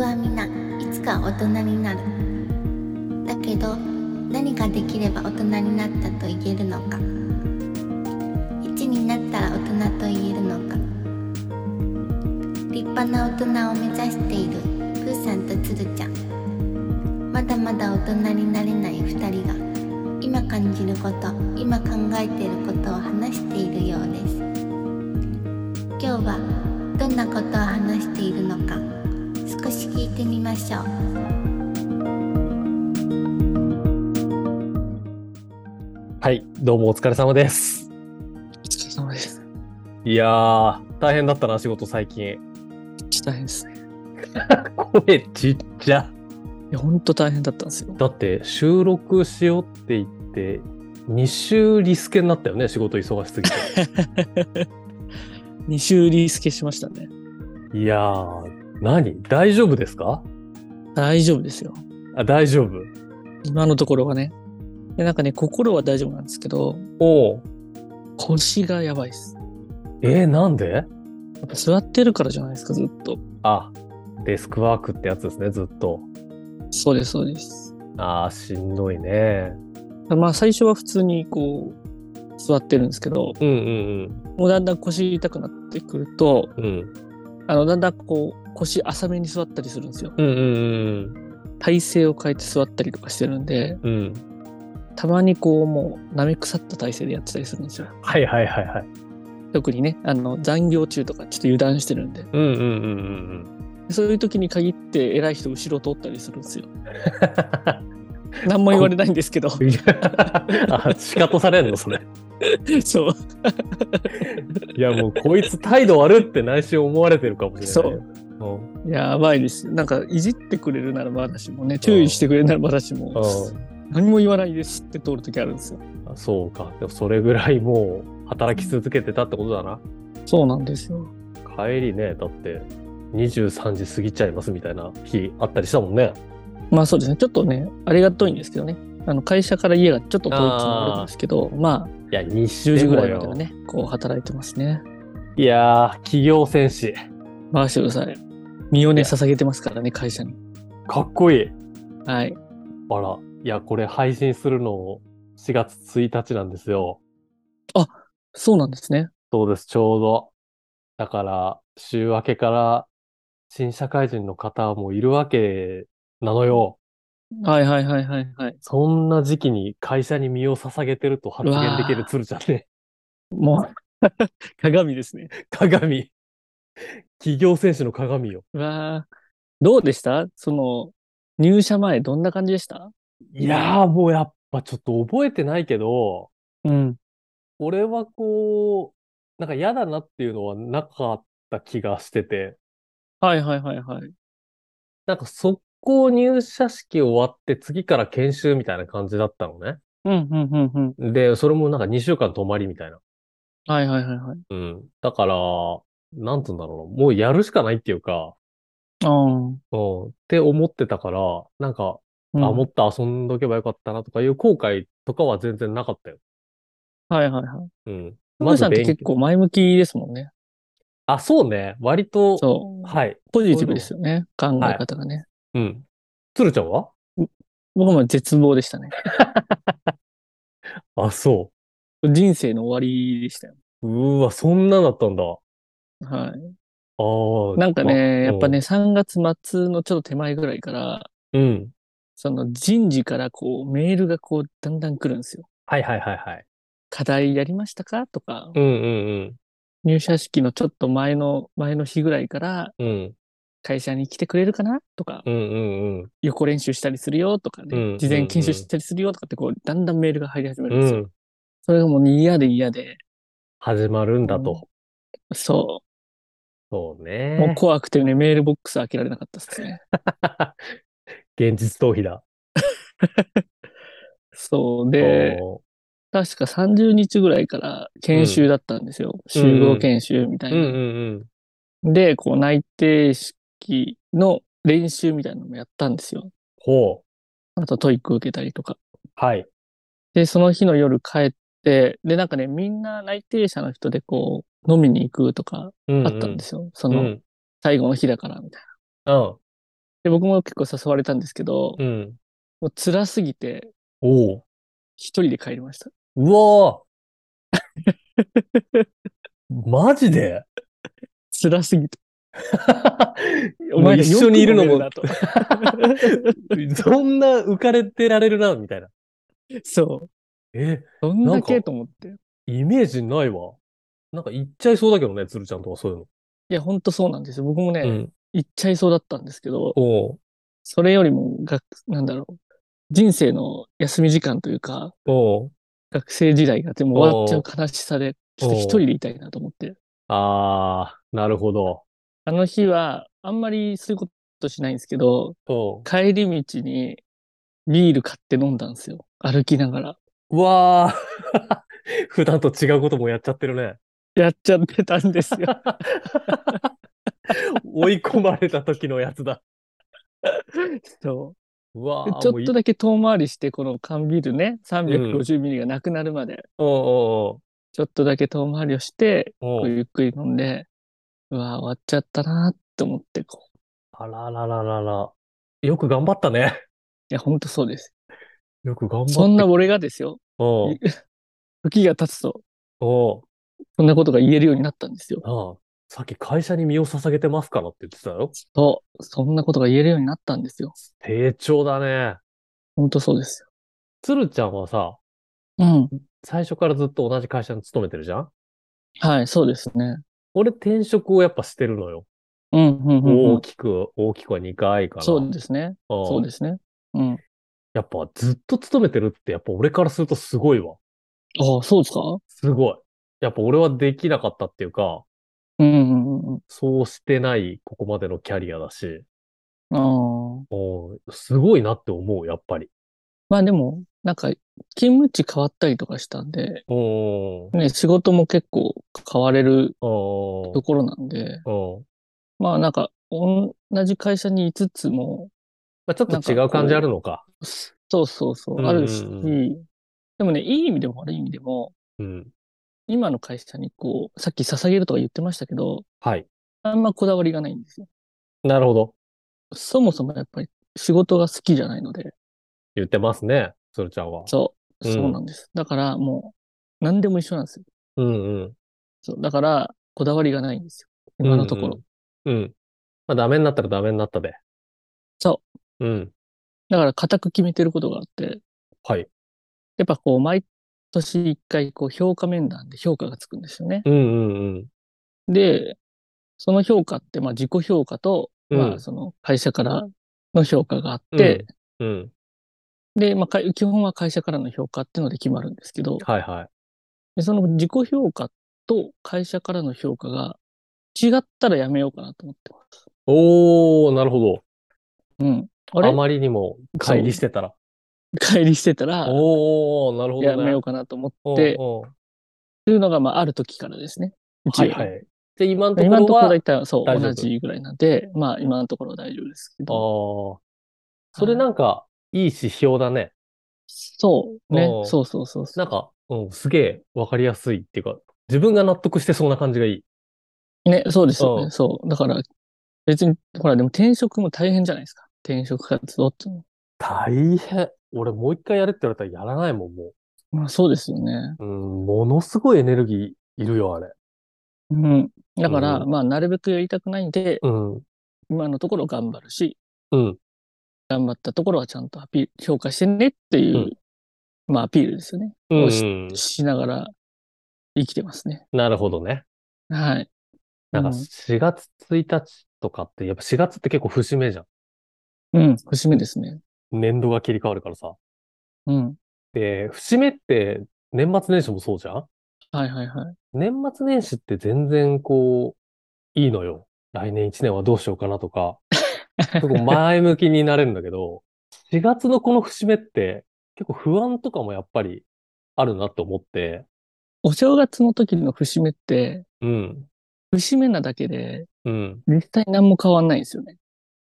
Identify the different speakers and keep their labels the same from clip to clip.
Speaker 1: はみんないつか大人になるだけど何ができれば大人になったと言えるのか1になったら大人と言えるのか立派な大人を目指しているプーさんとつるちゃんまだまだ大人になれない2人が今感じること今考えていることを話しているようです今日はどんなことを話しているのか少し聞いてみましょう
Speaker 2: はい、どうもお疲れ様です。
Speaker 3: お疲れ様です。
Speaker 2: いやー、大変だったな、仕事最近。
Speaker 3: めっちゃ大変ですね。
Speaker 2: 声ちっちゃ。
Speaker 3: いや、ほんと大変だったんですよ。
Speaker 2: だって、収録しようって言って、2週リスケになったよね、仕事忙しすぎて。
Speaker 3: 2週リスケしましたね。
Speaker 2: いやー、何大丈夫ですか
Speaker 3: 大丈夫ですよ。
Speaker 2: あ、大丈夫。
Speaker 3: 今のところはね。でなんかね、心は大丈夫なんですけど、
Speaker 2: おう
Speaker 3: 腰がやばいです。
Speaker 2: えー、なんで
Speaker 3: やっぱ座ってるからじゃないですか、ずっと。
Speaker 2: あ、デスクワークってやつですね、ずっと。
Speaker 3: そうです、そうです。
Speaker 2: あー、しんどいね。
Speaker 3: まあ、最初は普通にこう、座ってるんですけど、
Speaker 2: うんうん
Speaker 3: もうだんだん腰痛くなってくると、
Speaker 2: うん。うん。
Speaker 3: あの、だんだんこう、腰浅めに座ったりするんですよ。
Speaker 2: うんうん
Speaker 3: 体勢を変えて座ったりとかしてるんで、
Speaker 2: うん。うん。
Speaker 3: たまにこう、もう、舐め腐った体勢でやってたりするんですよ。
Speaker 2: はいはいはいはい。
Speaker 3: 特にねあの残業中とかちょっと油断してるんで
Speaker 2: うんうんうんうんうん。
Speaker 3: そういう時に限って偉い人後ろ通ったりするんですよ何も言われないんですけど
Speaker 2: いやあ、仕方されんのそれ。
Speaker 3: そう
Speaker 2: いや、もうこいつ態度悪って内心思われてるかもしれない。
Speaker 3: そう
Speaker 2: うん。
Speaker 3: やばいですよなんかいじってくれるならまだしもね注意してくれるならまだしも何も言わないですって通る時あるんですよ
Speaker 2: あそうか。でもそれぐらいもう働き続けてたってことだな。
Speaker 3: そうなんですよ
Speaker 2: 帰りね、だって23時過ぎちゃいますみたいな日あったりしたもんね。
Speaker 3: まあそうですねちょっとねありがたいんですけどねあの会社から家がちょっと遠いっていうのもあるんですけどまあ
Speaker 2: いや、20
Speaker 3: 10時
Speaker 2: 時
Speaker 3: ぐ
Speaker 2: ぐ
Speaker 3: ら
Speaker 2: ら
Speaker 3: い
Speaker 2: い
Speaker 3: ま
Speaker 2: まで
Speaker 3: では
Speaker 2: ね。
Speaker 3: ねこう働いてますね
Speaker 2: いやー、企業戦士。
Speaker 3: 回してください身をね捧げてますからね会社に
Speaker 2: かっこいい。
Speaker 3: はい
Speaker 2: あら、いや、これ配信するの4月1日なんですよ。
Speaker 3: そうなんですね
Speaker 2: そうです、ちょうど。だから、週明けから新社会人の方もいるわけなのよ。
Speaker 3: はいはいはいはいはい。
Speaker 2: そんな時期に会社に身を捧げてると発
Speaker 3: うわ
Speaker 2: 言
Speaker 3: ー
Speaker 2: できる鶴ちゃんね。
Speaker 3: もう 鏡ですね。
Speaker 2: 鏡。企業選手の鏡よ。
Speaker 3: うわーどうでしたその入社前どんな感じでした
Speaker 2: いやー、もうやっぱちょっと覚えてないけど、
Speaker 3: うん。
Speaker 2: 俺はこう、なんか嫌だなっていうのはなかった気がしてて、
Speaker 3: はいはいはいはい。
Speaker 2: なんか速攻入社式終わって次から研修みたいな感じだったのね。
Speaker 3: うんうんうんうん。
Speaker 2: で、それもなんか2週間泊まりみたいな。
Speaker 3: はいはいはいはい。
Speaker 2: うん。だから、なんつうんだろうな。もうやるしかないっていうか、
Speaker 3: あー
Speaker 2: うん。って思ってたから、なんか、
Speaker 3: うん。
Speaker 2: あ、もっと遊んどけばよかったなとかいう後悔とかは全然なかったよ。
Speaker 3: はいはいはい。
Speaker 2: うん。
Speaker 3: まさんって
Speaker 2: 勉強
Speaker 3: 結構前向きですもんね。
Speaker 2: あ、そうね。割と、
Speaker 3: そう。
Speaker 2: はい。
Speaker 3: ポジティブですよね。考え方がね。
Speaker 2: うん。つるちゃんは
Speaker 3: 僕も絶望でしたね。
Speaker 2: あ、そ
Speaker 3: 人生の終わりでしたよ。
Speaker 2: う。うーわ、そんなだったんだ。あ
Speaker 3: はい。
Speaker 2: あ。
Speaker 3: なんか
Speaker 2: ま
Speaker 3: ね、やっぱ。ね、
Speaker 2: うん
Speaker 3: 3月末のちょっと手前ぐらいから、
Speaker 2: うん。
Speaker 3: その人事からこうメールがこうだんだん来るんですよ。
Speaker 2: はいはいはいはい。
Speaker 3: 課題やりましたかとか、
Speaker 2: うんうん
Speaker 3: 入社式のちょっと前の、前の日ぐらいから
Speaker 2: うん。うん。
Speaker 3: 会社に来てくれるかなとか、
Speaker 2: うんうんうん。
Speaker 3: 予行練習したりするよとかね、
Speaker 2: うん
Speaker 3: 事前研
Speaker 2: うんう
Speaker 3: 修
Speaker 2: ん
Speaker 3: したりするよとかってこう、だんだんメールが入り始めるん
Speaker 2: う
Speaker 3: ですよ。
Speaker 2: ん。
Speaker 3: それがもう嫌で嫌で、
Speaker 2: 始まるんだと。
Speaker 3: そ
Speaker 2: そう
Speaker 3: う、
Speaker 2: ね。
Speaker 3: もう怖くてね、メールボックス開けられなかったです ね。
Speaker 2: 現実逃避だ。
Speaker 3: そう、で、
Speaker 2: お
Speaker 3: 確か30日ぐらいから研修だったんですよ。集合研修みたい
Speaker 2: ーう
Speaker 3: な。
Speaker 2: んうん
Speaker 3: で、こう内定式の練習みたいなのもやったんですよ。
Speaker 2: ほ
Speaker 3: あとトイック受けたりとか。
Speaker 2: う。はい。
Speaker 3: で、その日の夜帰って、で、なんかね、みんな内定者の人でこう、飲みに行くとか
Speaker 2: うん。
Speaker 3: あったんですすよ。そ
Speaker 2: うん。う
Speaker 3: の、
Speaker 2: ん。
Speaker 3: 最後の日だから、みたいな。
Speaker 2: うん
Speaker 3: で、僕も結構誘われたんですけど、
Speaker 2: うん。
Speaker 3: もう辛すぎて、
Speaker 2: おう。
Speaker 3: 一人で帰りました。
Speaker 2: う わーマジで
Speaker 3: 辛すぎて。
Speaker 2: お 前一緒にいるのも
Speaker 3: よく飲める なと
Speaker 2: そんな浮かれてられるな、みたいな。
Speaker 3: そう。
Speaker 2: え、
Speaker 3: どんだ
Speaker 2: な
Speaker 3: け
Speaker 2: んか
Speaker 3: と思って。い
Speaker 2: イメージないわ。なんか言っちゃいそうだけどね、鶴ちゃんとかそういうの。
Speaker 3: や、ほんとそうなんですよ。僕もね、
Speaker 2: うん。
Speaker 3: 行っちゃいそうだったんですけど、
Speaker 2: おう。
Speaker 3: それよりも、学なんだろう。人生の休み時間というか、
Speaker 2: おう。
Speaker 3: 学生時代がでも終わっちゃう悲しさで、ちょっと一人でいたいなと思って。
Speaker 2: あー、なるほど。
Speaker 3: あの日は、あんまりそういうことしないんですけど、
Speaker 2: おう。
Speaker 3: 帰り道にビール買って飲んだんですよ。歩きながら。
Speaker 2: うわー。 普段と違うこともやっちゃってるね。
Speaker 3: やっちゃってたんですよ。
Speaker 2: 追い込まれた時のやつだ。
Speaker 3: そう
Speaker 2: わ
Speaker 3: う。
Speaker 2: ー。
Speaker 3: ち
Speaker 2: も
Speaker 3: ょ
Speaker 2: う
Speaker 3: っ
Speaker 2: い
Speaker 3: とだけ遠回りして、この缶ビールね、350ミリがなくなるまで、
Speaker 2: おう
Speaker 3: ちょっとだけ遠回りをして、
Speaker 2: おうおう。
Speaker 3: こ
Speaker 2: お
Speaker 3: う
Speaker 2: う
Speaker 3: ゆっくり飲んで、うわー終わっちゃったなーって思って、こう。
Speaker 2: あららららら。よく頑張ったね。
Speaker 3: いや、ほんとそうです。
Speaker 2: よく頑張った。
Speaker 3: そんな俺がですよ、
Speaker 2: おう。
Speaker 3: 時が経つと、
Speaker 2: おう。
Speaker 3: そんなことが言えるようになったんですよ。
Speaker 2: ああ。さっき会社に身を捧げてますからって言ってたよ。
Speaker 3: そう。そんなことが言えるようになったんですよ。
Speaker 2: 成長だね。
Speaker 3: ほんとそうです
Speaker 2: つるちゃんはさ、
Speaker 3: よ。うん。
Speaker 2: 最初からずっと同じ会社に勤めてるじゃん
Speaker 3: はい、そうですね。
Speaker 2: 俺転職をやっぱしてるのよ。
Speaker 3: うん、うん、うんう
Speaker 2: 大
Speaker 3: ん。
Speaker 2: きく、大きくは2回かな。
Speaker 3: そうですね。
Speaker 2: ああ
Speaker 3: そうですね。うん。
Speaker 2: やっぱずっと勤めてるって、やっぱ俺からするとすごいわ。
Speaker 3: ああ、そうですか
Speaker 2: すごい。やっぱ俺はできなかったっていうか、
Speaker 3: うん、うん、うんうん。
Speaker 2: そうしてないここまでのキャリアだし、
Speaker 3: ああ。
Speaker 2: おすごいなって思う、やっぱり。
Speaker 3: まあでも、なんか、勤務地変わったりとかしたんで、
Speaker 2: おー
Speaker 3: ね、仕事も結構変われる
Speaker 2: お
Speaker 3: ところなんで、
Speaker 2: お
Speaker 3: まあなんか、同じ会社にいつつも、
Speaker 2: まあ、ちょっと違う感じあるのか。
Speaker 3: そうそうそう、あるし、
Speaker 2: うんうん
Speaker 3: でもね、いい意味でも悪い意味でも、
Speaker 2: うん。
Speaker 3: 今の会社にこう、さっき捧げるとか言ってましたけど、
Speaker 2: はい。
Speaker 3: あんまこだわりがないんですよ。
Speaker 2: なるほど。
Speaker 3: そもそもやっぱり仕事が好きじゃないので、
Speaker 2: 言ってますね、つるちゃんは。
Speaker 3: そう、
Speaker 2: うん
Speaker 3: そうなんです。だからもう、何でも一緒なんですよ。
Speaker 2: うんうん。
Speaker 3: そう、だから、こだわりがないんですよ。今のところ。
Speaker 2: うんうん。うん。まあ、ダメになったらダメになったで。。
Speaker 3: そう
Speaker 2: うん。
Speaker 3: だから、固く決めてることがあって、
Speaker 2: はい。
Speaker 3: やっぱこう、毎年一回、こう、評価面談で評価がつくんですよね。
Speaker 2: うんうんうん。
Speaker 3: で、その評価って、まあ、自己評価と、
Speaker 2: うん
Speaker 3: まあ、その、会社からの評価があって、
Speaker 2: うん。
Speaker 3: で、まあ、かい基本は会社からの評価っていうので決まるんですけど、
Speaker 2: はいはい。
Speaker 3: でその自己評価と会社からの評価が違ったらやめようかなと思ってます。
Speaker 2: おー、なるほど。
Speaker 3: うん。あ
Speaker 2: あ
Speaker 3: れ
Speaker 2: まりにも乖離してたら。
Speaker 3: 帰りしてたら、
Speaker 2: おー、なるほどね。
Speaker 3: やめようかなと思
Speaker 2: お
Speaker 3: っ
Speaker 2: う
Speaker 3: て、
Speaker 2: おう
Speaker 3: というのが、まあ、ある時からですね。
Speaker 2: はい
Speaker 3: 一応
Speaker 2: はい。で、今のとこ
Speaker 3: 今の
Speaker 2: ろ
Speaker 3: ところ
Speaker 2: は
Speaker 3: だい、たい、そう、
Speaker 2: 大丈
Speaker 3: 同
Speaker 2: 夫
Speaker 3: じぐらいなんで、まあ、今のところは大丈夫ですけ
Speaker 2: あ
Speaker 3: ど。
Speaker 2: ーそれなんか、いい指標だね。
Speaker 3: そう、ね
Speaker 2: お。う
Speaker 3: そうそうそうそう。
Speaker 2: なんか、うん、すげえわかりやすいっていうか、自分が納得してそうな感じがいい。
Speaker 3: ね、そうですよ
Speaker 2: おう
Speaker 3: ね。そう。だから、別に、ほら、でも転職も大変じゃないですか。転職活動っていうのは。
Speaker 2: 大変。俺もう一回やれって言われたらやらないもん、も
Speaker 3: まあ、そうですよね。
Speaker 2: う。うん、ものすごいエネルギーいるよ、あれ。
Speaker 3: うん。だから、
Speaker 2: う
Speaker 3: まあ、なるべくやりたくないんで、
Speaker 2: うん。
Speaker 3: 今のところ頑張るし、
Speaker 2: うん。
Speaker 3: 頑張ったところはちゃんとアピール、評価してねっていう、
Speaker 2: うん
Speaker 3: まあ、アピールですよね。
Speaker 2: う
Speaker 3: うん
Speaker 2: ん。
Speaker 3: しながら生きてますね。
Speaker 2: なるほどね。
Speaker 3: はい。
Speaker 2: なんか
Speaker 3: うん
Speaker 2: 4月1日とかって、やっぱ4月って結構節目じゃん。
Speaker 3: うん、節目ですね。
Speaker 2: 年度が切り替わるからさ。
Speaker 3: うん。
Speaker 2: で、節目って年末年始もそうじゃん
Speaker 3: はいはいはい。
Speaker 2: 年末年始って全然こう、いいのよ。来年1年はどうしようかなとか、結構前向きになれるんだけど、4月のこの節目って結構不安とかもやっぱりあるなと思って、
Speaker 3: お正月の時の節目って、
Speaker 2: うん、
Speaker 3: 節目なだけで、
Speaker 2: うん。
Speaker 3: 実際何も変わんないんですよね。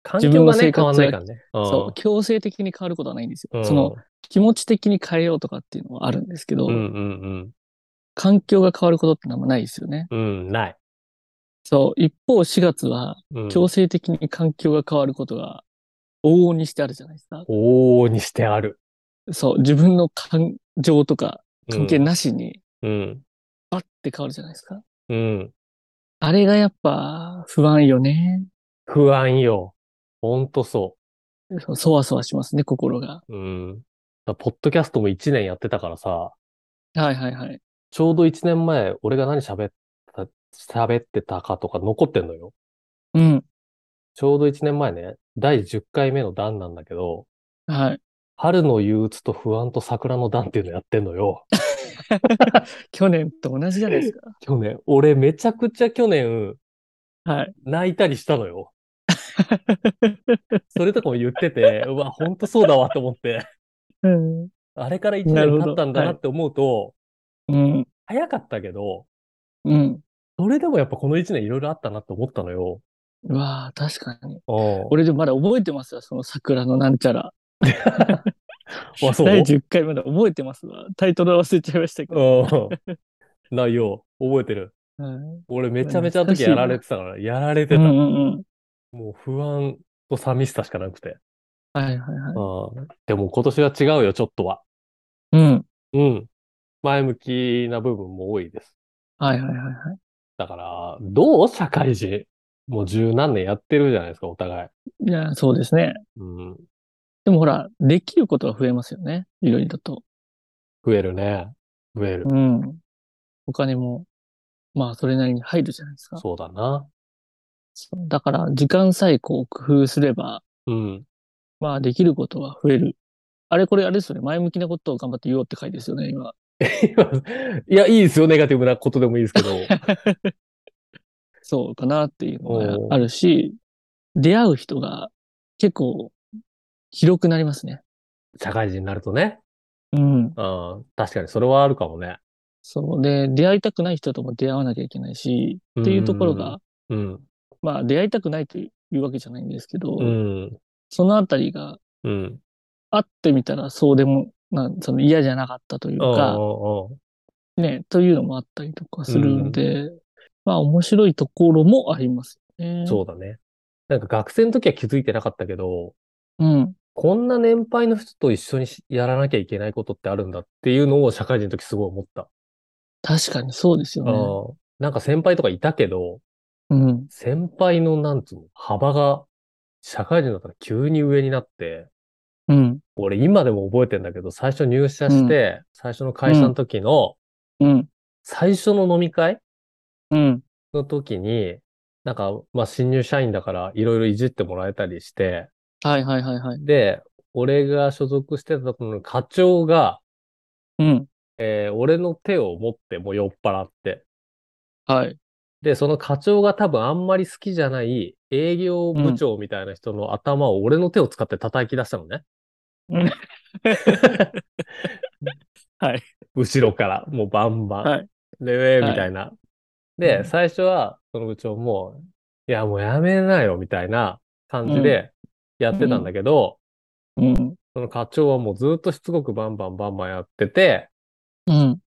Speaker 2: 環
Speaker 3: 自分
Speaker 2: 境
Speaker 3: の
Speaker 2: がね、
Speaker 3: 生活
Speaker 2: 変わんないからね。
Speaker 3: そう、強制的に変わることはないんです
Speaker 2: う
Speaker 3: よ。
Speaker 2: ん
Speaker 3: その、、気持ち的に変えようとかっていうのはあるんですけど、
Speaker 2: うんうん
Speaker 3: 環境が変わることってのはないですよね。
Speaker 2: うん。うん、ない。
Speaker 3: そう、一方4月は、
Speaker 2: うん
Speaker 3: 強制的に環境が変わることが往々にしてあるじゃないですか。
Speaker 2: 往々にしてある。
Speaker 3: そう、自分の感情とか
Speaker 2: うん
Speaker 3: 関係なしに、
Speaker 2: うん。
Speaker 3: バッて変わるじゃないですか。
Speaker 2: うん。
Speaker 3: あれがやっぱ不安よね。
Speaker 2: 不安よ。ほんとそ
Speaker 3: そうそわそわしますね、心が。
Speaker 2: う。うん。だポッドキャストも1年やってたからさ、
Speaker 3: はいはいはい。
Speaker 2: ちょうど1年前、俺が何喋った、喋ってたかとか残ってんのよ。
Speaker 3: うん。
Speaker 2: ちょうど1年前ね、第10回目の段なんだけど、
Speaker 3: はい。
Speaker 2: 春の憂鬱と不安と桜の段っていうのやってんのよ。
Speaker 3: 去年と同じじゃないですか。
Speaker 2: 去年、俺めちゃくちゃ去年、
Speaker 3: はい。
Speaker 2: 泣いたりしたのよ。それとかも言ってて、うわ、ほんとそうだわと思って、
Speaker 3: うん。
Speaker 2: あれから1
Speaker 3: なるほ
Speaker 2: 年
Speaker 3: ど
Speaker 2: 経ったんだなって思うと、
Speaker 3: うん。
Speaker 2: 早かったけど、
Speaker 3: うん。
Speaker 2: それでもやっぱこの1年いろいろあったなって思ったのよ。
Speaker 3: うわあ、確かに。
Speaker 2: う
Speaker 3: 俺でもまだ覚えてますわ、その桜のなんちゃ
Speaker 2: ん。
Speaker 3: ら。
Speaker 2: あ、そう
Speaker 3: 第10回まだ覚えてますわ。タイトルは忘れちゃいましたけど。
Speaker 2: うん。内容、覚えてる。
Speaker 3: うん
Speaker 2: 俺めちゃめちゃあの時やられてたから、やられて
Speaker 3: う
Speaker 2: た。
Speaker 3: んうんうん。
Speaker 2: もう不安と寂しさしかなくて。
Speaker 3: はいはいはい。
Speaker 2: うん。でも今年は違うよ、ちょっとは。
Speaker 3: うん。
Speaker 2: うん。前向きな部分も多いです。
Speaker 3: はいはいはいはい。
Speaker 2: だから、どう社会人。もう十何年やってるじゃないですか、お互い。
Speaker 3: いや、そうですね。
Speaker 2: うん。
Speaker 3: でもほら、できることは増えますよね。いろいろと。
Speaker 2: 増えるね。増える。
Speaker 3: うん。お金も、まあ、それなりに入るじゃないですか。
Speaker 2: そうだな。
Speaker 3: そうだから、時間さえこう工夫すれば、
Speaker 2: うん。
Speaker 3: まあ、できることは増える。あれこれあれですよね。前向きなことを頑張って言おうって回ですよね、今。
Speaker 2: いや、いいですよ。ネガティブなことでもいいです けど。
Speaker 3: そうかなっていうの
Speaker 2: おー
Speaker 3: があるし、出会う人が結構広くなりますね。
Speaker 2: 社会人になるとね。
Speaker 3: うん。
Speaker 2: うん。確かに、それはあるかもね。
Speaker 3: そうで、出会いたくない人とも出会わなきゃいけないし、っていうところが、
Speaker 2: うん。
Speaker 3: まあ、出会いたくないというわけじゃないんですけど、
Speaker 2: うん。
Speaker 3: そのあたりが
Speaker 2: うん。
Speaker 3: 会ってみたらそうでも、なんその嫌じゃなかったというか、
Speaker 2: うん
Speaker 3: ね、というのもあったりとかするんで、まあ面白いところもありますよね。
Speaker 2: そうだね。なんか学生の時は気づいてなかったけど、
Speaker 3: う。うん。
Speaker 2: こんな年配の人と一緒にしやらなきゃいけないことってあるんだっていうのを社会人の時すごい思った。
Speaker 3: 確かにそうですよ
Speaker 2: ああなんか先輩とかいたけど、
Speaker 3: ね。うん。
Speaker 2: 先輩のなんつうの、幅が社会人だったら急に上になって、
Speaker 3: うん。
Speaker 2: 俺今でも覚えてんだけど、最初入社して、最初の会社の時の、
Speaker 3: うん。
Speaker 2: 最初の飲み会
Speaker 3: うん。
Speaker 2: の時に、なんか、まあ、新入社員だからいろいろいじってもらえたりして、
Speaker 3: はいはいはいはい。
Speaker 2: で、俺が所属してたところの課長が、
Speaker 3: うん。
Speaker 2: えー俺の手を持ってもう酔っ払って、
Speaker 3: はい。
Speaker 2: で、その課長が多分あんまり好きじゃない営業部長みたいな人の頭を俺の手を使って叩き出したのね。
Speaker 3: うん はい。
Speaker 2: 後ろから、もうバンバン。
Speaker 3: はい
Speaker 2: で、えー
Speaker 3: はい
Speaker 2: みたいな。
Speaker 3: う
Speaker 2: で、
Speaker 3: ん
Speaker 2: 最初は、その部長も、いや、もうやめなよ、みたいな感じでやってたんだけど、
Speaker 3: うん。
Speaker 2: その課長はもうずっとしつこくバンバンバンバンやってて、
Speaker 3: うん。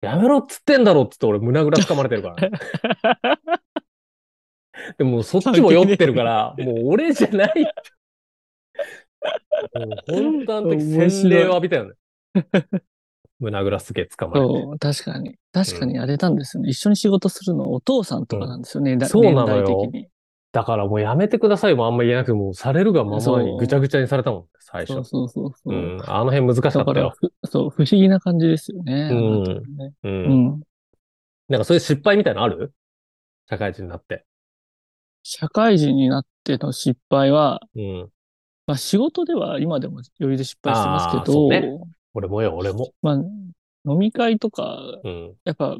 Speaker 2: やめろっつってんだろっつって俺胸ぐらつかまれてる からね。でもそっちも酔ってるから、もう俺じゃないって。もう本当あの時
Speaker 3: 面白い
Speaker 2: 洗礼を浴びたよね。胸ぐらすげえ捕まえて。
Speaker 3: そう、確かに。確かにあれなんですよね。一緒に仕事するのはお父さんとかなんですよね。だ
Speaker 2: そうなのよ
Speaker 3: 年代的に。
Speaker 2: だからもうやめてくださいもあんま言えなくて、もうされるがまま
Speaker 3: そ
Speaker 2: に
Speaker 3: う
Speaker 2: ぐちゃぐちゃにされたもん、最
Speaker 3: そう
Speaker 2: 初。
Speaker 3: そうそうそうう。
Speaker 2: ん。あの辺難しか
Speaker 3: だ
Speaker 2: っ
Speaker 3: か
Speaker 2: た
Speaker 3: ら
Speaker 2: よ。
Speaker 3: ふ、そう、不思議な感じですよね。
Speaker 2: うん
Speaker 3: あなたもね
Speaker 2: う。
Speaker 3: うんん。
Speaker 2: なんかそういう失敗みたいなのある社会人になって。
Speaker 3: 社会人になっての失敗は、
Speaker 2: うん。
Speaker 3: まあ仕事では今でも余裕で失敗してます
Speaker 2: あー
Speaker 3: け
Speaker 2: そ
Speaker 3: ど、
Speaker 2: うね俺もよ、俺も。
Speaker 3: まあ飲み会とか、
Speaker 2: うん。
Speaker 3: やっぱ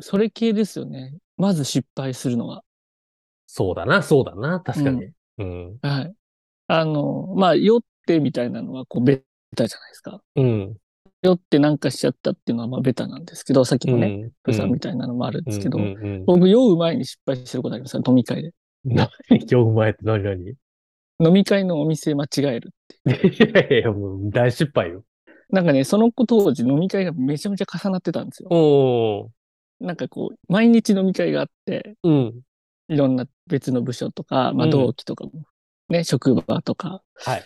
Speaker 3: それ系ですよね。まず失敗するのは。
Speaker 2: そうだな、そうだな、確かに。うん。
Speaker 3: はい。あの、まあ酔ってみたいなのはこうベタじゃないですか。
Speaker 2: うん。
Speaker 3: 酔ってなんかしちゃったっていうのはまあベタなんですけど、さっき
Speaker 2: う
Speaker 3: の
Speaker 2: ん。
Speaker 3: ね、プさ
Speaker 2: うん
Speaker 3: んみたいなのもあるんですけど、
Speaker 2: うんうんうん
Speaker 3: 僕酔う前に失敗してることありますよ飲み会で。
Speaker 2: 何今日前って何何 い
Speaker 3: 飲み会のお店間違える。
Speaker 2: やいや、もう大失敗よ。
Speaker 3: なんかね、その子当時飲み会がめちゃめちゃ重なってたんですよ。
Speaker 2: お
Speaker 3: なんかこう、毎日飲み会があって、
Speaker 2: うん。
Speaker 3: いろんな別の部署とか、ま
Speaker 2: う
Speaker 3: あ
Speaker 2: ん
Speaker 3: 同期とかもね、職場とか。
Speaker 2: はい。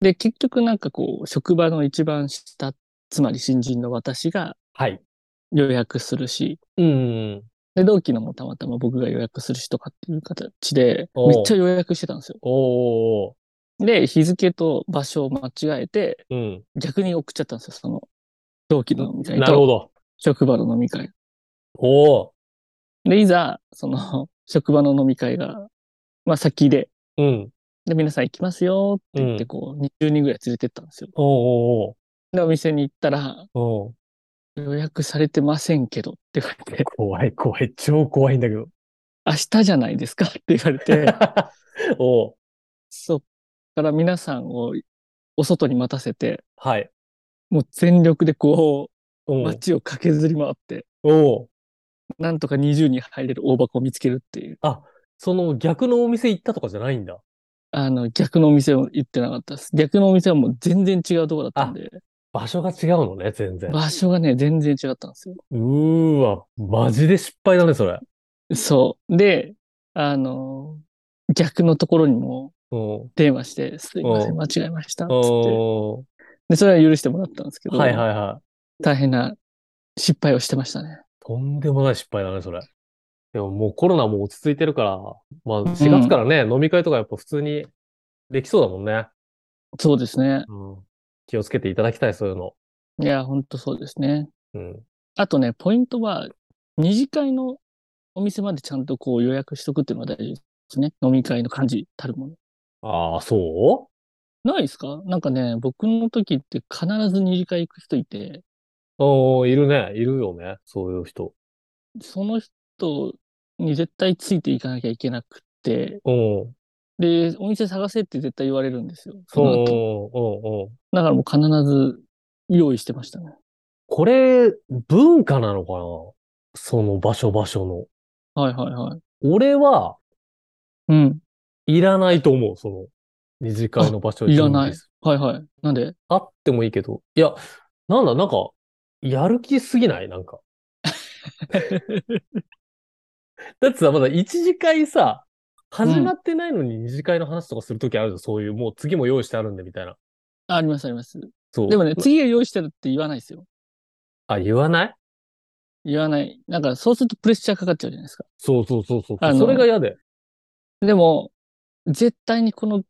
Speaker 3: で、結局なんかこう、職場の一番下、つまり新人の私が
Speaker 2: はい。
Speaker 3: 予約するし、
Speaker 2: うん。
Speaker 3: で、同期のもたまたま僕が予約するしとかっていう形で、
Speaker 2: おう
Speaker 3: めっちゃ予約してたんですよ。
Speaker 2: おー。
Speaker 3: で、日付と場所を間違えて、
Speaker 2: うん。
Speaker 3: 逆に送っちゃったんですよ、その、同期の飲み会
Speaker 2: なるほ
Speaker 3: と、
Speaker 2: ど。
Speaker 3: 職場の飲み会。
Speaker 2: おー。
Speaker 3: で、いざ、その、 職場の飲み会が、まあ先で、
Speaker 2: うん。
Speaker 3: で、皆さん行きますよって言っ
Speaker 2: う
Speaker 3: て、
Speaker 2: ん
Speaker 3: こう、20人ぐらい連れてったんですよ。
Speaker 2: おーおー
Speaker 3: で、お店に行ったら、
Speaker 2: おー。うん。
Speaker 3: 予約されてませんけどって言われて、
Speaker 2: 怖い怖い。超怖いんだけど。
Speaker 3: 明日じゃないですかって言われて、
Speaker 2: おー。
Speaker 3: そっから皆さんをお外に待たせて、
Speaker 2: はい。
Speaker 3: もう全力でこ
Speaker 2: う
Speaker 3: う、
Speaker 2: ん。
Speaker 3: 街を駆けずり回って、
Speaker 2: おー。
Speaker 3: なんとか20人入れる大箱を見つけるっていう、
Speaker 2: その逆のお店行ったとかじゃないんだ。
Speaker 3: あの、逆のお店を行ってなかったです。逆のお店はもう全然違うとこだったんで、
Speaker 2: 場所が違うのね、全然。
Speaker 3: 場所がね、全然違ったんですよ。
Speaker 2: うーわ、マジで失敗だね、それ。
Speaker 3: そう。で、あの、逆のところにも
Speaker 2: うん。
Speaker 3: 電話して、すいませ
Speaker 2: うん
Speaker 3: ん、間違えました、つって。
Speaker 2: お
Speaker 3: で、それは許してもらったんですけ
Speaker 2: ー。
Speaker 3: ど、
Speaker 2: はいはいはい。
Speaker 3: 大変な失敗をしてましたね。
Speaker 2: とんでもない失敗だね、それ。でももうコロナも落ち着いてるから、まあ4月からね、飲み会とかやっぱ普通にできそうだもんね。
Speaker 3: そうですね。
Speaker 2: うん。気をつけていただきたい、そういうの。
Speaker 3: いや、ほんとそうですね。
Speaker 2: うん。
Speaker 3: あとね、ポイントは、二次会のお店までちゃんとこう予約しとくっていうのが大事ですね。飲み会の感じたるもの。
Speaker 2: ああ、そ
Speaker 3: ないですかなんかね、僕の時って必ず二次会行く人いて、
Speaker 2: うおー、いるね。いるよね。そういう人。
Speaker 3: その人に絶対ついていかなきゃいけなくって、
Speaker 2: うん。うん、
Speaker 3: で、お店探せって絶対言われるんですよ。その後。
Speaker 2: うん、うん。
Speaker 3: だからもう必ず用意してましたね。
Speaker 2: これ、文化なのかなその場所場所の。
Speaker 3: はいはいはい。
Speaker 2: 俺は、
Speaker 3: うん。
Speaker 2: いらないと思う、その、二次会の場所に
Speaker 3: いらない
Speaker 2: 準備する。
Speaker 3: はいはい。なんで
Speaker 2: あってもいいけど。いや、なんだ、なんか、やる気すぎないなん か。だってさ、まだ一次会さ、始まってないのに二次会の話とかするときあるじゃん、そういう、もう次も用意してあるんで、みたいな。
Speaker 3: ありますあります。
Speaker 2: そう。
Speaker 3: でもね、次は用意してるって言わないですよ。
Speaker 2: あ、言わない
Speaker 3: 言わない。なんか、そうするとプレッシャーかかっちゃうじゃないですか。
Speaker 2: そうそうそうそう。
Speaker 3: あの
Speaker 2: それが嫌で。
Speaker 3: でも、絶対にこの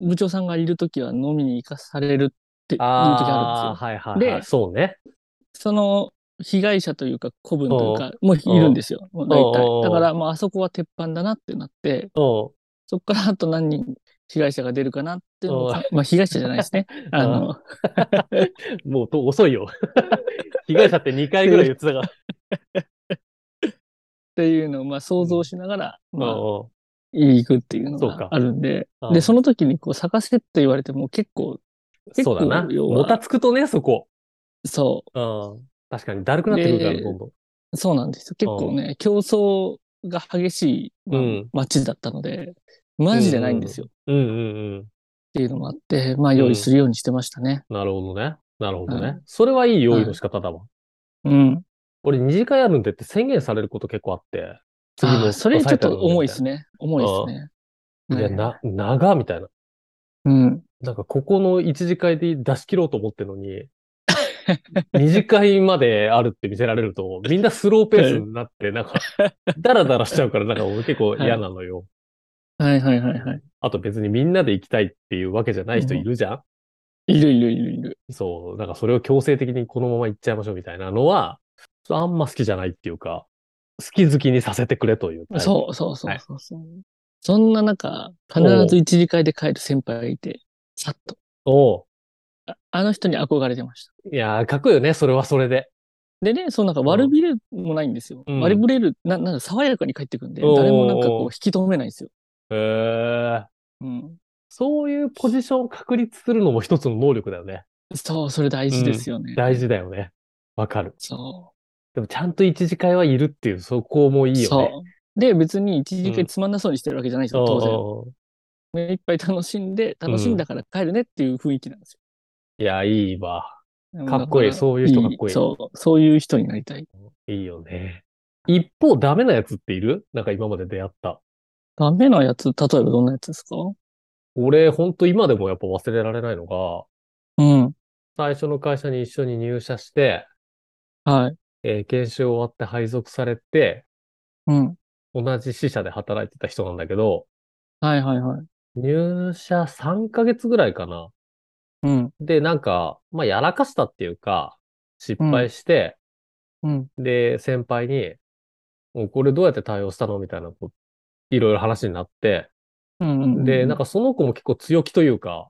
Speaker 3: 部長さんがいるときは飲みに行かされるっていう時あるん
Speaker 2: あ
Speaker 3: です
Speaker 2: ー、はいはい、はい。
Speaker 3: で
Speaker 2: そうね。
Speaker 3: よ。その被害者というか、子分というか、もういるんですよ。もう大
Speaker 2: おうおうおう
Speaker 3: 体。だから、もうあそこは鉄板だなってなって、
Speaker 2: うん。
Speaker 3: そこからあと何人被害者が出るかなっていうのを
Speaker 2: おう
Speaker 3: まあ、被害者じゃな いですね。あの、
Speaker 2: もうと遅いよ。 被害者って2回ぐらい言ってた から。
Speaker 3: っていうのを、まあ、想像しながら、まあ、
Speaker 2: うん
Speaker 3: 行くっていうの
Speaker 2: そうか
Speaker 3: があるんで、
Speaker 2: うん
Speaker 3: で、その時にこう探せって言われても結構、結
Speaker 2: そ
Speaker 3: 構
Speaker 2: うだな。
Speaker 3: 要は
Speaker 2: もたつくとね、そこ。
Speaker 3: そ
Speaker 2: うん。確かに、だるくなってくるから、
Speaker 3: で
Speaker 2: どんどん。
Speaker 3: う、そうなんですよ。結構ね、競争が激しい、まあ
Speaker 2: うん
Speaker 3: 街だったので、マジでないんですよ。っ
Speaker 2: うんうんうん。
Speaker 3: ていうのもあって、まあ用意するようにしてましたね。
Speaker 2: なるほどね。なるほど
Speaker 3: は
Speaker 2: ね
Speaker 3: い。
Speaker 2: それはいい用意の仕方だわ。
Speaker 3: うん。
Speaker 2: 俺、二次会あるんでって宣言されること結構あって。次
Speaker 3: あ
Speaker 2: も
Speaker 3: ーそれちょっと重いです
Speaker 2: ね。
Speaker 3: ね。重いで
Speaker 2: い
Speaker 3: すね。
Speaker 2: や、
Speaker 3: はい
Speaker 2: な、長みたいな。
Speaker 3: うん。
Speaker 2: なんか、ここの一次会で出し切ろうと思ってるの に、二次会まであるって見せられると、みんなスローペースになって、 なんか、ダラダラしちゃうから、なんか俺結構嫌なのよ。
Speaker 3: はいはいはいはい。
Speaker 2: あと別にみんなで行きたいっていうわけじゃない人いるじゃん、
Speaker 3: いるいるいるいる。
Speaker 2: そう、なんかそれを強制的にこのまま行っちゃいましょうみたいなのは、ちょっとあんま好きじゃないっていうか、好き好きにさせてくれという。
Speaker 3: そうそうそ
Speaker 2: は
Speaker 3: う
Speaker 2: い
Speaker 3: そうそう。そんな中、必ず一次会で帰る先輩がいて、さっと。
Speaker 2: う。お
Speaker 3: ああの人に憧れてました。
Speaker 2: ういやー、かっこいいよね、それはそれで。
Speaker 3: でね、そのなんか悪びれもないんですよ。
Speaker 2: うん
Speaker 3: 悪びれる、な、なんか爽やかに帰ってくんで、
Speaker 2: おー
Speaker 3: 誰もなんかこう引き止めないんですよ。
Speaker 2: へえ。
Speaker 3: うん。
Speaker 2: そういうポジションを確立するのも一つの能力だよね。
Speaker 3: そう、それ大事ですよね。
Speaker 2: 大事だよね。わかる。
Speaker 3: そ。
Speaker 2: でもちゃんと一次会はいるっていう、そこもいういよね。
Speaker 3: そう。で、別に一時
Speaker 2: う
Speaker 3: 間
Speaker 2: ん
Speaker 3: つまんなそうにしてるわけじゃないんです
Speaker 2: お
Speaker 3: よ、
Speaker 2: う
Speaker 3: 当然。
Speaker 2: おうおう
Speaker 3: 目いっぱい楽しんで、楽しんだから帰るねっていう雰囲気なんです
Speaker 2: いや、いいわ。
Speaker 3: よ。
Speaker 2: かっこいい
Speaker 3: だら
Speaker 2: そういう人かっこいい
Speaker 3: そう、そういう人になりたい。
Speaker 2: いいよね。一方、ダメなやつっているなんか今まで出会った。
Speaker 3: ダメなやつ、例えばどんなやつですか
Speaker 2: 俺、ほんと今でもやっぱ忘れられないのが、
Speaker 3: うん。
Speaker 2: 最初の会社に一緒に入社して、
Speaker 3: はい。
Speaker 2: えー研修終わって配属されて、
Speaker 3: うん。
Speaker 2: 同じ支社で働いてた人なんだけど、
Speaker 3: はいはいはい。
Speaker 2: 入社3ヶ月ぐらいかな。
Speaker 3: うん。
Speaker 2: で、なんか、まあ、やらかしたっていうか、失敗して、
Speaker 3: うん。
Speaker 2: で、先輩に、もうこれどうやって対応したのみたいなこういろいろ話になって、
Speaker 3: うんうん。
Speaker 2: で、なんか
Speaker 3: か、
Speaker 2: その子も結構強気というか、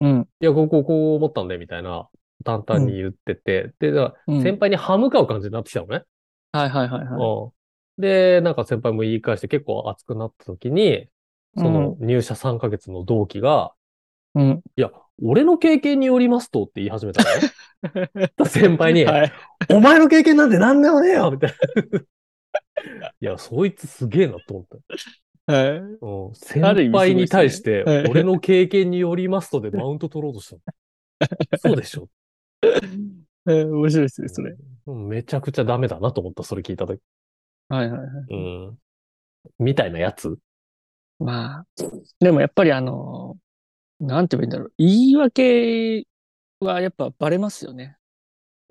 Speaker 3: うん。
Speaker 2: いや、こう、こう、こう思ったんで、みたいな、淡々に言ってて、で、だから
Speaker 3: うん
Speaker 2: 先輩に歯向かう感じになってきたのね。
Speaker 3: はいはいはいはい。
Speaker 2: うんで、なんか先輩も言い返して結構熱くなった時に、その入社3ヶ月の同期が、
Speaker 3: うん。
Speaker 2: いや、俺の経験によりますとって言い始めたのね。 先輩に、
Speaker 3: はい。
Speaker 2: お前の経験なんて何でもねえよみたい な。いや、そいつすげえなと思っ
Speaker 3: はい。
Speaker 2: た。うん、
Speaker 3: ある意
Speaker 2: 先輩
Speaker 3: 味すごいですね
Speaker 2: に対して
Speaker 3: はい、
Speaker 2: 俺の経験によりますとでマウント取ろうとしたの。 そうでしょ。
Speaker 3: えー面白いですね、それ。
Speaker 2: うんめちゃくちゃダメだなと思った、それ聞いた時。
Speaker 3: はいはいはい。
Speaker 2: うん。みたいなやつ。
Speaker 3: まあ、でもやっぱりあの、なんて言えばいいんだろう。言い訳はやっぱバレますよね。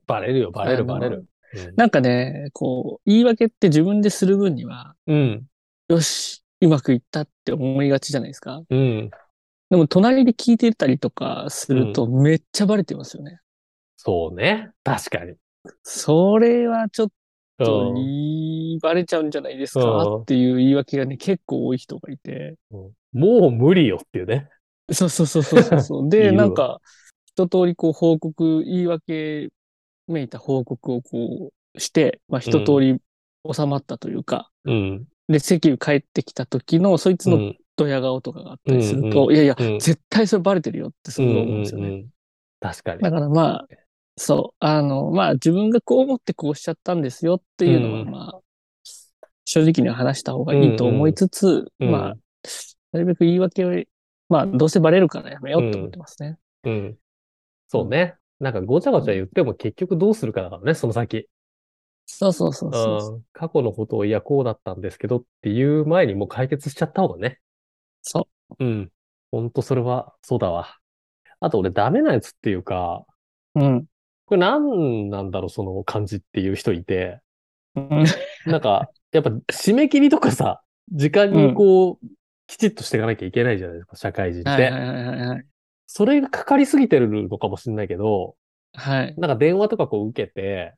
Speaker 2: バレるよ、バレ
Speaker 3: あ
Speaker 2: る、
Speaker 3: の
Speaker 2: バレる。
Speaker 3: なんかね、こう、言い訳って自分でする分には、
Speaker 2: うん。
Speaker 3: よし、うまくいったって思いがちじゃないですか。
Speaker 2: うん。
Speaker 3: でも隣で聞いてたりとかするとめっちゃバレてますよね。
Speaker 2: そうね。確かに。
Speaker 3: それはちょっと
Speaker 2: うん
Speaker 3: 言い、バレちゃうんじゃないですか
Speaker 2: うん
Speaker 3: っていう言い訳がね、結構多い人がいて。
Speaker 2: もう無理よっていうね。
Speaker 3: そうそうそうそうそ うそう。
Speaker 2: い
Speaker 3: で、
Speaker 2: るわ
Speaker 3: なんか、一通りこう報告、言い訳めいた報告をこうして、まあ一通り収まったというか、
Speaker 2: うん。
Speaker 3: で、席に帰ってきた時の、そいつ
Speaker 2: う
Speaker 3: の
Speaker 2: ん
Speaker 3: ドヤ顔とかがあったりすると、
Speaker 2: うんう
Speaker 3: いやいや、
Speaker 2: うん
Speaker 3: 絶対それバレてるよってす
Speaker 2: う
Speaker 3: ご
Speaker 2: ん
Speaker 3: いう思
Speaker 2: ん
Speaker 3: うんですよね。
Speaker 2: うん確かに。
Speaker 3: だからまあ、そう、あの、まあ自分がこう思ってこうしちゃったんですよっていうのは、
Speaker 2: うん
Speaker 3: まあ、正直には話した方がいいと思いつつ、
Speaker 2: うん
Speaker 3: まあ、なるべく言い訳を、まあどうせバレるからやめようって思ってますね。
Speaker 2: うん。そうね。なんかごちゃごちゃ言っても結局どうするかだからね、その先。
Speaker 3: そうそうそうそうそう。
Speaker 2: うん過去のことを、いや、こうだったんですけどっていう前にもう解決しちゃった方がね。
Speaker 3: そ
Speaker 2: うん。ほんとそれは、そうだわ。あと俺ダメなやつっていうか、
Speaker 3: う。うん。
Speaker 2: これ何なんだろう、その感じっていう人いて。
Speaker 3: うん
Speaker 2: なんか、やっぱ締め切りとかさ、時間にこう、きちっとしていかなきゃいけないじゃないですか、社会人って。
Speaker 3: はいはいはいはいはい。
Speaker 2: それがかかりすぎてるのかもしれないけど、
Speaker 3: はい。
Speaker 2: なんか電話とかこう受けて、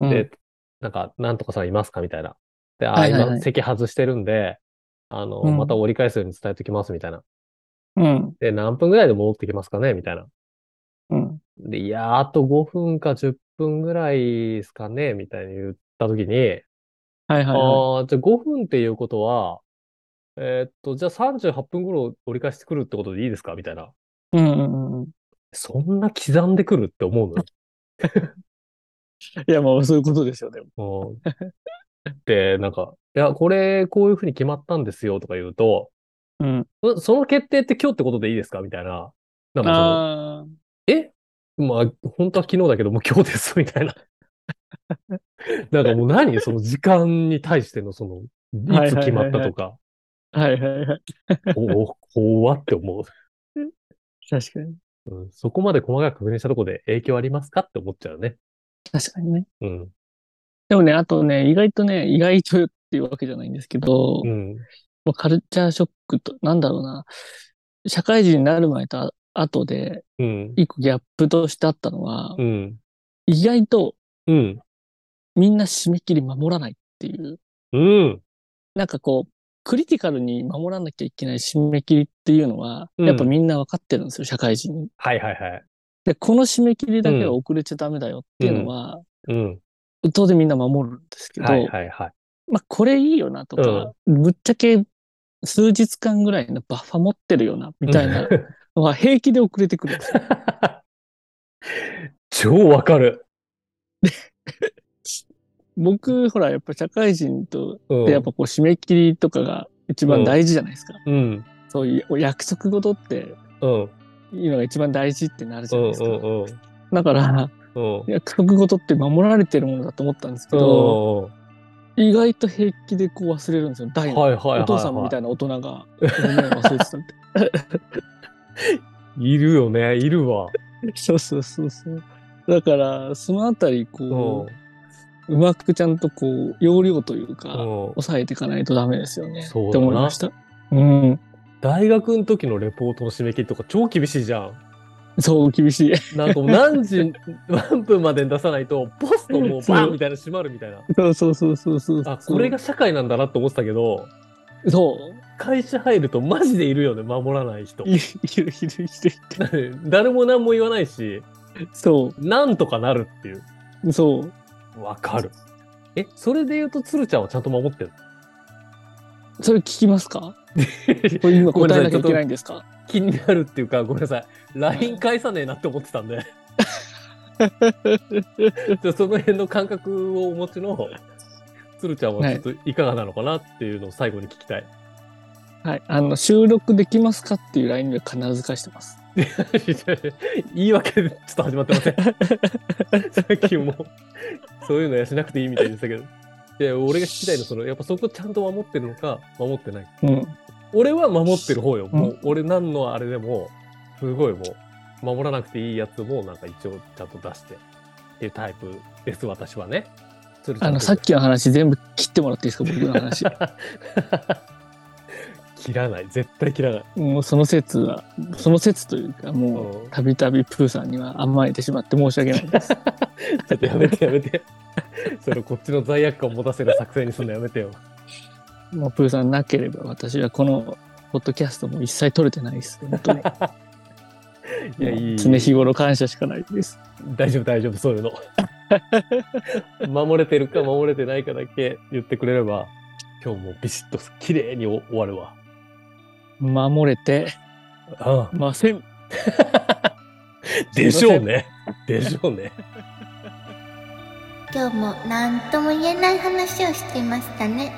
Speaker 3: うん
Speaker 2: で、なんか、なんとかさんいますかみたいな。で、あ、
Speaker 3: はいはいはい
Speaker 2: 今、席外してるんで、あの、
Speaker 3: うん
Speaker 2: また折り返すように伝えときます、みたいな。
Speaker 3: うん。
Speaker 2: で、何分ぐらいで戻ってきますかねみたいな。
Speaker 3: うん。
Speaker 2: で、いやー、あと5分か10分ぐらいですかねみたいに言ったときに、
Speaker 3: はいはい
Speaker 2: あ
Speaker 3: は
Speaker 2: あー、じゃあ5分っていうことは、えーっと、じゃあ38分頃折り返してくるってことでいいですかみたいな。
Speaker 3: い。うんうんうん。
Speaker 2: そんな刻んでくるって思うのよ
Speaker 3: いや、まあそういうことですよ、でも。
Speaker 2: うん。で、なんか、いや、これ、こういうふうに決まったんですよとか言うと、
Speaker 3: うん。
Speaker 2: そその決定って今日ってことでいいですかみたいな。なんか
Speaker 3: あ
Speaker 2: そ
Speaker 3: あ。
Speaker 2: の、まあ、本当は昨日だけど、もう今日です、 みたいな。なんかもう何その時間に対しての、その、
Speaker 3: はい
Speaker 2: い
Speaker 3: はい
Speaker 2: つ
Speaker 3: はいはい
Speaker 2: 決まったとか、
Speaker 3: はいはいはい。
Speaker 2: お お、怖って思う、
Speaker 3: 確かに。
Speaker 2: うん。そこまで細かく確認したところで影響ありますかって思っちゃうね。
Speaker 3: 確かにね。
Speaker 2: うん。
Speaker 3: でもね、あとね、意外とね、意外とっていうわけじゃないんですけど、
Speaker 2: うん。
Speaker 3: まあカルチャーショックと、なんだろうな。社会人になる前とあ後で、
Speaker 2: うん。
Speaker 3: 一個ギャップとしてあったのは、
Speaker 2: うん。
Speaker 3: 意外と
Speaker 2: うん。
Speaker 3: みんな締め切り守らないっていう。
Speaker 2: うん。
Speaker 3: なんかこう、クリティカルに守らなきゃいけない締め切りっていうのは、
Speaker 2: うん
Speaker 3: やっぱみんな分かってるんですよ、社会人に。
Speaker 2: はいはいはい。
Speaker 3: で、この締め切りだけは遅れちゃダメだよっていうのは、
Speaker 2: うん。
Speaker 3: 当然みんな守るんですけど、
Speaker 2: はいはいはい。
Speaker 3: まあこれいいよなとか、ぶっちゃけ数日間ぐらいのバッファ持ってるよな、みたいな
Speaker 2: うん。
Speaker 3: のは平気で遅れてくるん ですよ。
Speaker 2: 超わかる。
Speaker 3: 僕、ほら、やっぱ社会人と、
Speaker 2: うん
Speaker 3: で、やっぱこう締め切りとかが一番大事じゃないですか。
Speaker 2: うん。
Speaker 3: そういうお約束事って、
Speaker 2: うん。
Speaker 3: いうのが一番大事ってなるじ
Speaker 2: う
Speaker 3: ゃない
Speaker 2: ん
Speaker 3: ですか。
Speaker 2: うん
Speaker 3: だから、
Speaker 2: うん。うん。
Speaker 3: 約束事って守られてるものだと思ったんですけど、
Speaker 2: うん
Speaker 3: 意外と平気でこう忘れるんですよ。大の、
Speaker 2: はいはいはいはい。
Speaker 3: お父さんみたいな大人が、ごめん忘れてたみたい
Speaker 2: いるよね、いるわ。
Speaker 3: そうそうそうそう。だから、そのあたり、こう、うまくちゃんとこう、容量というか、
Speaker 2: うん
Speaker 3: 抑えていかないとダメですよね。
Speaker 2: そうだな
Speaker 3: って思いました。うん。
Speaker 2: 大学の時のレポートの締め切りとか超厳しいじゃん。
Speaker 3: そう、厳しい。
Speaker 2: なんかもう何時、何分までに出さないと、ポストもうバ
Speaker 3: そ
Speaker 2: ン
Speaker 3: う
Speaker 2: みたいな閉まるみたいな。
Speaker 3: そうそうそうそうそ う。
Speaker 2: あ、これが社会なんだなって思ってたけど、
Speaker 3: そう。
Speaker 2: 会社入るとマジでいるよね、守らない人。
Speaker 3: いる、いる、いる、いる。
Speaker 2: 誰も何も言わないし、
Speaker 3: そ
Speaker 2: なんとかなるっていう。
Speaker 3: う、そう。
Speaker 2: わかる。え、それで言うと、鶴ちゃんはちゃんと守ってる
Speaker 3: それ聞きますかこれ今
Speaker 2: ごめんなさい
Speaker 3: 答えなきゃいけないんですか
Speaker 2: 気になるっていうか、ごめんなさい。LINE 返さねえなって思ってたんで。 じゃあその辺の感覚をお持ちの、鶴ちゃんはちょっといかがなのかなっていうのを最後に聞きたい。
Speaker 3: はい。あの、収録できますかっていう LINE で必ず返してます。
Speaker 2: 言い訳でちょっと始まってま せん。さっきも、そういうのやしなくていいみたいでしたけど。で、俺が聞きたいのは、その、やっぱそこちゃんと守ってるのか、守ってない。
Speaker 3: うん。
Speaker 2: 俺は守ってる方よ。
Speaker 3: うん
Speaker 2: もう、俺何のあれでも、すごいもう、守らなくていいやつも、なんか一応ちゃんと出して、っていうタイプです、私はね。鶴ちゃ
Speaker 3: あ
Speaker 2: ん
Speaker 3: の、さっきの話全部切ってもらっていいですか僕 の話。
Speaker 2: 切らない。絶対切らない。
Speaker 3: もうその説は、その説というか、も
Speaker 2: うん
Speaker 3: う、たびたびプーさんには甘えてしまって申し訳ないです。
Speaker 2: ちょっとやめてやめ て。それこっちの罪悪感を持たせる作戦にするのやめてよ。
Speaker 3: もうプーさんなければ私はこのポッドキャストも一切取れてないです。本当 に。
Speaker 2: いや、いい。
Speaker 3: 常日頃感謝しかないです。
Speaker 2: 大丈夫、大丈夫、そういうの。守れてるか守れてないかだけ言ってくれれば、今日もビシッと綺麗に終わるわ。
Speaker 3: 守れて
Speaker 2: うん。
Speaker 3: ません。
Speaker 2: でしょうね。でしょうね。
Speaker 1: 今日も何とも言えない話をしていましたね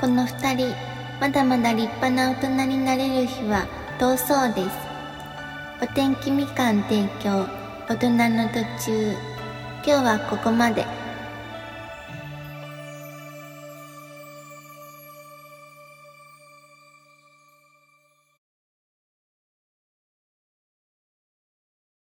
Speaker 1: この2人まだまだ立派な大人になれる日は遠そうですお天気みかん提供大人の途中今日はここまで